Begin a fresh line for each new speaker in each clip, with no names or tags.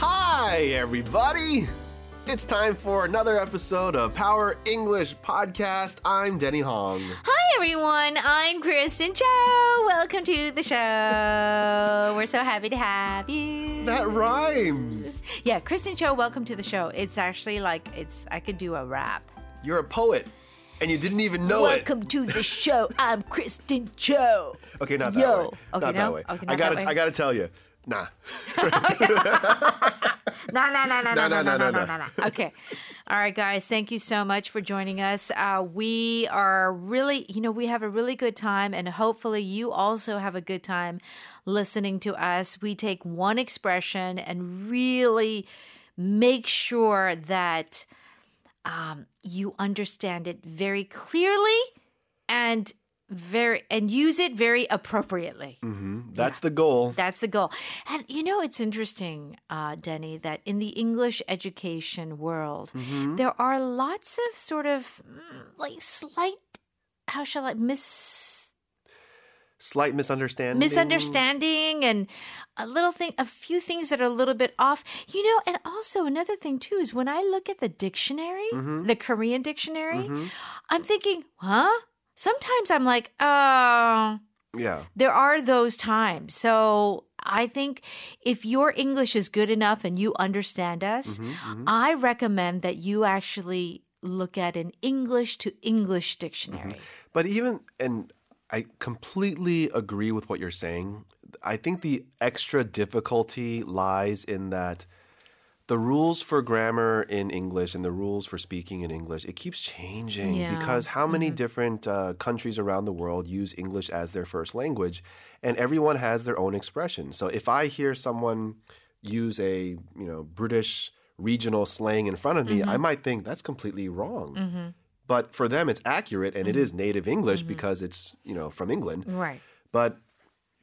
Hey, everybody! It's time for another episode of Power English Podcast. I'm Denny Hong.
Hi everyone, I'm Kristen Cho. Welcome to the show. We're so happy to have you.
That rhymes!
yeah, Kristen Cho, welcome to the show. It's actually like it's I could do a rap.
You're a poet, and you didn't even know
welcome to the show. I'm Kristen Cho.
it. Okay, not that
Yo.
way.
Okay,
not
no?
that way.
Okay,
I
not
gotta,
that way.
I gotta tell you, nah.
No, no, no, no, no,
no,
no, no,
no,
no,
no.
no, no. Okay. All right, guys. Thank you so much for joining us. Uh, we are really, you know, we have a really good time, and hopefully, you also have a good time listening to us. We take one expression and really make sure that um, you understand it very clearly and very and use it very appropriately.
That's the goal.
That's the goal. And you know, it's interesting, uh, Denny, that in the English education world, there are lots of sort of mm, like slight, how shall I, mis
Slight misunderstanding.
misunderstanding and a little thing, a few things that are a little bit off. You know, and also another thing too is when I look at the dictionary, the Korean dictionary, I'm thinking, huh? Sometimes I'm like, oh
Yeah.
there are those times. So I think if your English is good enough and you understand us, I recommend that you actually look at an English to English dictionary.
But even, and I completely agree with what you're saying. I think the extra difficulty lies in that the rules for grammar in English and the rules for speaking in English, it keeps changing
Yeah.
because how many different uh, countries around the world use English as their first language and everyone has their own expression. So if I hear someone use a, you know, British regional slang in front of me, I might think that's completely wrong but for them it's accurate and it is native english because it's you know from england
Right.
but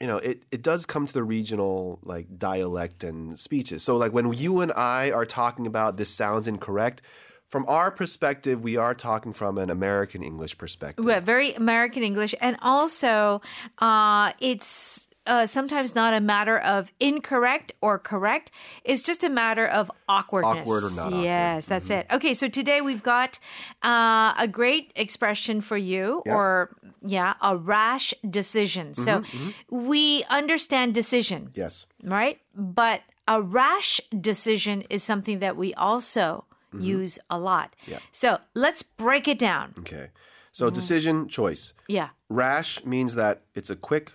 you know it, it does come to the regional like dialect and speeches so like when you and i are talking about this sounds incorrect from our perspective we are talking from an american english perspective
Well, very American English. And also, uh, it's. Uh, sometimes not a matter of incorrect or correct. It's just a matter of awkwardness.
Awkward or not awkward. Mm-hmm.
Yes, that's it. Okay, so today we've got uh, a great expression for you, or yeah, a rash decision. So
Mm-hmm,
we understand decision
yes
right? But a rash decision is something that we also
Mm-hmm.
use a lot. So let's break it down.
okay so decision choice
Yeah.
rash means that it's a quick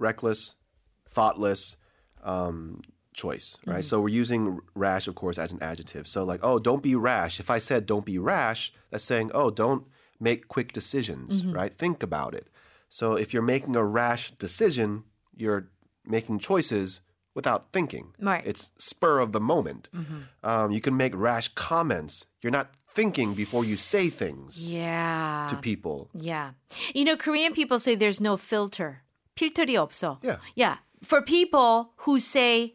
reckless thoughtless um, choice right
Mm-hmm.
so we're using rash of course as an adjective so like oh don't be rash if i said don't be rash that's saying oh don't make quick decisions
Mm-hmm.
right think about it so if you're making a rash decision you're making choices without thinking
Right. Mm-hmm.
it's spur of the moment um, you can make rash comments you're not thinking before you say things
Yeah.
to people
Yeah. You know, Korean people say there's no filter. 필터이 없어.
Yeah.
Yeah. For people who say,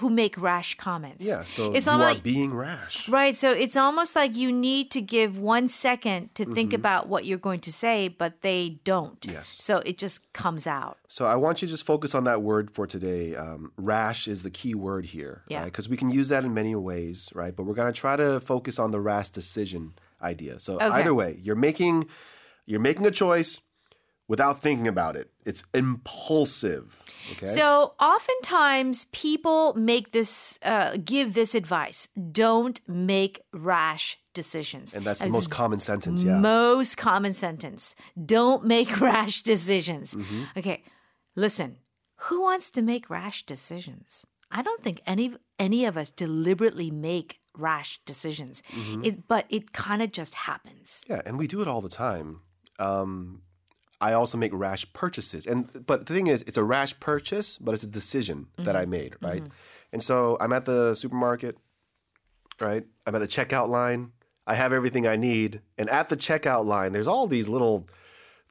who make rash comments.
yeah so
it's
you
not
are
like,
being rash
Right. So it's almost like you need to give one second to think about what you're going to say, but they don't.
Mm-hmm. Yes.
So it just comes out.
So I want you to just focus on that word for today. Um, rash is the key word here,
Yeah.
Because we can use that in many ways, right? But we're gonna try to focus on the rash decision idea. So either way, you're making you're making a choice without thinking about it. It's impulsive. Okay.
So oftentimes people make this, uh, give this advice: don't make rash decisions.
and that's the most common sentence, yeah.
Most common sentence: don't make rash decisions. Okay, listen. Who wants to make rash decisions? I don't think any any of us deliberately make rash decisions. It, but it kind of just happens.
Yeah, and we do it all the time. Um, I also make rash purchases, and but the thing is, it's a rash purchase, but it's a decision that I made, right? And so I'm at the supermarket, right? I'm at the checkout line. I have everything I need, and at the checkout line, there's all these little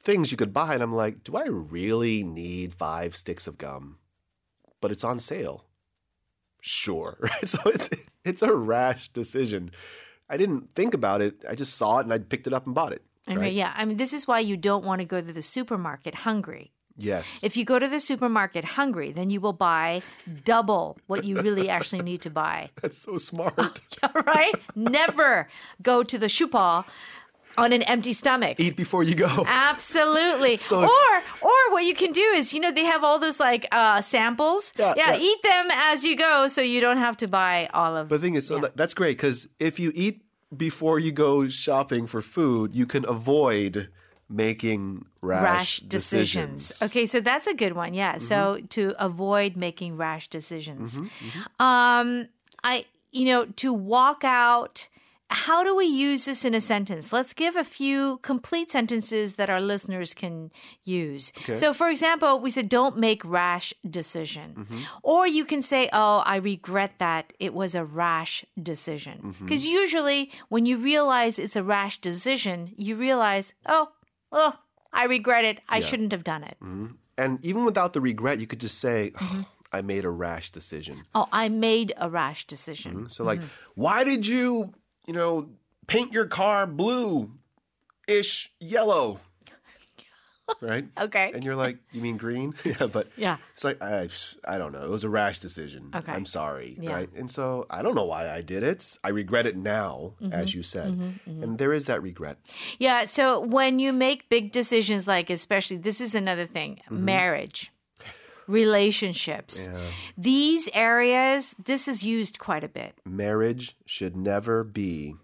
things you could buy, and I'm like, do I really need five sticks of gum? But it's on sale. Sure, right? So it's it's a rash decision. I didn't think about it. I just saw it and I picked it up and bought it.
Okay, yeah. I mean, this is why you don't want to go to the supermarket hungry.
Yes.
If you go to the supermarket hungry, then you will buy double what you really actually need to buy.
That's so
Oh,
smart.
right? Never go to the shupal on an empty stomach.
Eat before you go.
Absolutely.
So-
or or what you can do is, you know, they have all those like uh, samples.
Yeah, yeah.
eat them as you go, so you don't have to buy all of.
But the thing is, so that, that's great because if you eat before you go shopping for food, you can avoid making rash,
rash decisions. Okay, so that's a good one. Yeah. So
Mm-hmm.
to avoid making rash decisions. Um I you know, to walk out how do we use this in a sentence? Let's give a few complete sentences that our listeners can use. So for example, we said don't make rash decision. Or you can say, "Oh, I regret that. It was a rash decision." Cuz usually when you realize it's a rash decision, you realize, "Oh, oh, I regret it. I shouldn't have done it.
And even without the regret, you could just say,
Mm-hmm.
"Oh, I made a rash decision.
Oh, I made a rash decision.
So, like,
Mm-hmm.
why did you, you know, paint your car blue ish yellow? Right?
Okay.
And you're like, you mean green? yeah, but
Yeah.
it's like, I, I don't know. It was a rash decision.
Okay.
I'm sorry.
Yeah.
Right. And so I don't know why I did it. I regret it now,
Mm-hmm.
as you said. And there is that regret.
Yeah. So when you make big decisions, like especially this is another thing marriage, relationships, these areas, this is used quite a bit.
Marriage should never be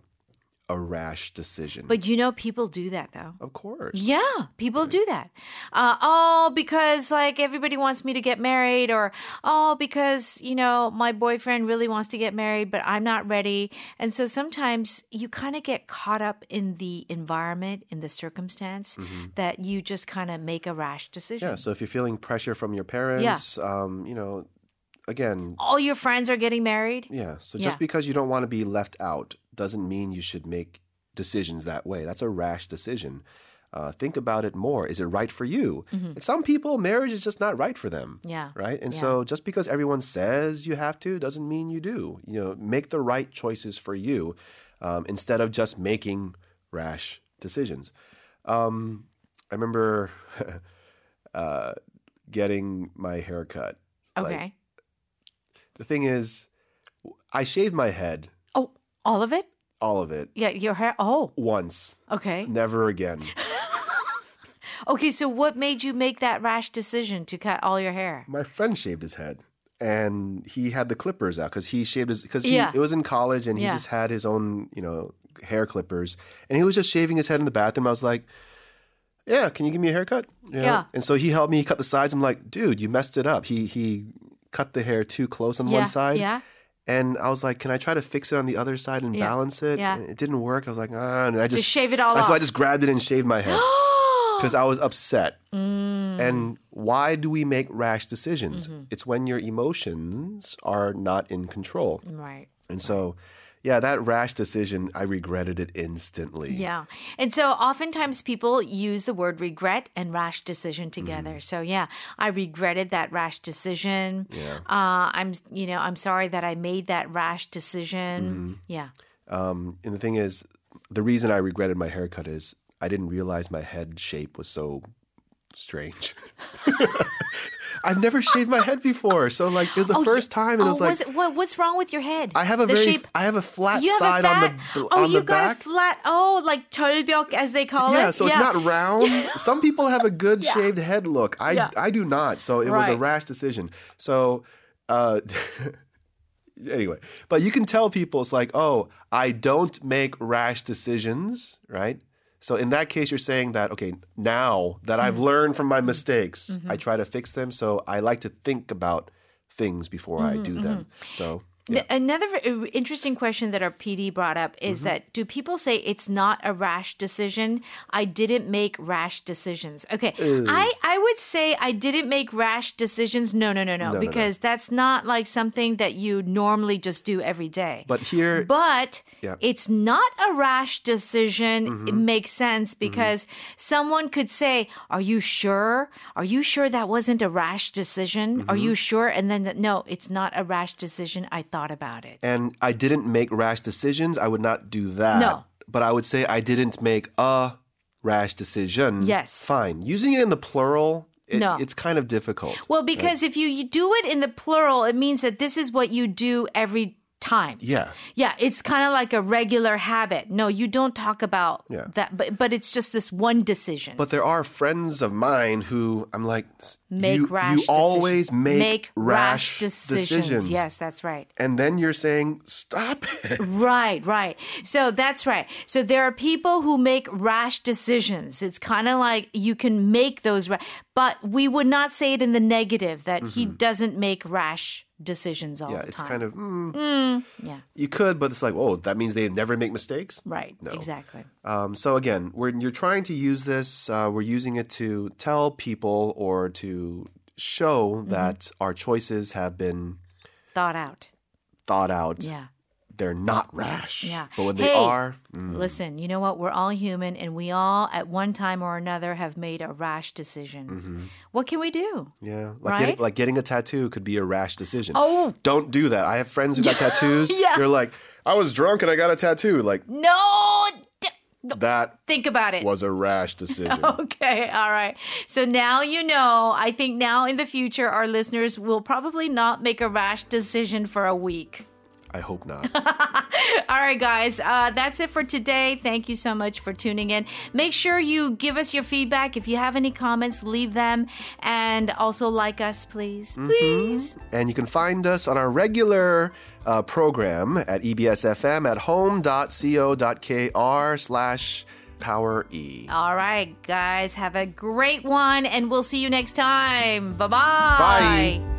a rash decision.
But you know, people do that though.
of course.
Yeah, people do that. Uh, oh, because like everybody wants me to get married, or oh, because you know my boyfriend really wants to get married, but I'm not ready. And so sometimes you kind of get caught up in the environment, in the circumstance, that you just kind of make a rash decision.
Yeah. So if you're feeling pressure from your parents, um, you know, again,
All your friends are getting married.
yeah. So
Yeah.
just because you don't want to be left out doesn't mean you should make decisions that way. That's a rash decision. Uh, think about it more. Is it right for you? And some people, marriage is just not right for them.
Yeah.
Right. And
Mm-hmm. Yeah.
so just because everyone says you have to doesn't mean you do. You know, make the right choices for you um, instead of just making rash decisions. Um, I remember uh, getting my hair cut.
Okay.
The thing is, I shaved my head,
oh, all of it.
all of it,
Yeah, your hair. Oh,
once,
okay.
never again.
Okay, so what made you make that rash decision to cut all your hair?
my friend shaved his head and he had the clippers out because he shaved his because
Yeah.
it was in college and he
Yeah.
just had his own you know hair clippers and he was just shaving his head in the bathroom i was like yeah can you give me a haircut You know?
Yeah.
and so he helped me cut the sides i'm like dude you messed it up he he cut the hair too close on
yeah.
Mm, one side
Yeah.
and i was like can i try to fix it on the other side and
Yeah.
balance it
Yeah.
and it didn't work i was like ah and i just,
Just shave it all
so i
off.
just grabbed it and shaved my head because I was upset.
Mm.
And why do we make rash decisions?
Mm-hmm.
It's when your emotions are not in control.
Right.
And so, yeah, that rash decision, I regretted it instantly.
Yeah. And so oftentimes people use the word regret and rash decision together.
Mm.
So yeah, I regretted that rash decision. Yeah. Uh, I'm you know, I'm sorry that I made that rash
Mm-hmm.
decision. Yeah.
Um, and the thing is, the reason I regretted my haircut is I didn't realize my head shape was so strange. I've never shaved my head before. So, like, it was the first time, and it
oh,
was like,
was it- what, what's wrong with your head?
I have a
the
very,
shape.
I have a flat
You have
side
a fat.
on the,
oh,
on
you
the
got
back.
a flat. Oh, like tolbjörk as they call it.
Yeah, so it's not round. Some people have a good shaved head look. I
Yeah.
I do not. So it was a
Right.
rash decision. So uh anyway, but you can tell people it's like, "Oh, I don't make rash decisions," right? So in that case you're saying that, okay, now that I've
Mm-hmm.
learned from my mistakes, I try to fix them. So I like to think about things before
Mm-hmm.
I do them. So
The- Another uh, interesting question that our PD brought up is
Mm-hmm.
that do people say it's not a rash decision? I didn't make rash decisions. Okay, I I would say I didn't make rash decisions. No, no, no, no,
no.
because that's not like something that you normally just do every day.
but here
But
Yeah. Mm-hmm.
it's not a rash decision. It makes sense because someone could say, Are you sure? Are you sure that wasn't a rash decision? Are
Mm-hmm.
you sure? And then, the- no, it's not a rash decision. I thought about it.
and I didn't make rash decisions. I would not do that.
No.
But I would say I didn't make a rash decision.
Yes.
Fine. Using it in the plural It,
No.
It's kind of difficult.
Well, because if you, you do it in the plural, it means that this is what you do every time.
yeah.
Yeah, it's kind of like a regular habit. No, you don't talk about
Yeah.
that, but but it's just this one decision.
But there are friends of mine who I'm like, "S-
make
you,
rash.
you always
decisions.
make,
rash decisions. Yes, that's right.
And then you're saying, stop it.
Right, right. So that's right. So there are people who make rash decisions. It's kind of like you can make those, ra- but we would not say it in the negative that he doesn't make rash decisions all
Mm-hmm. Yeah,
the
it's
time.
kind of, mm,
yeah,
you could, but it's like, oh, that means they never make mistakes?
right. Exactly.
Um, so again, when you're trying to use this, uh, we're using it to tell people or to show
Mm-hmm.
that our choices have been
Thought out.
thought out.
Yeah.
They're not rash.
Yeah.
But when they
Hey.
are,
Listen, you know what? We're all human and we all, at one time or another, have made a rash decision.
Mm-hmm.
What can we do?
yeah, like
Right?
getting like getting a tattoo could be a rash decision.
Oh.
don't do that. I have friends who got tattoos.
Yeah.
They're like, I was drunk and I got a tattoo. Like
No! d- no.
that
Think about it.
was a rash decision.
Okay, all right. So now you know. I think now in the future, our listeners will probably not make a rash decision for a week.
I hope not.
All right, guys, uh, that's it for today. Thank you so much for tuning in. Make sure you give us your feedback. If you have any comments, leave them. And also like us, please. Please.
And you can find us on our regular uh, program at E ebsfm at home.co.kr slash power E.
All right, guys, have a great one. And we'll see you next time. Bye-bye.
Bye.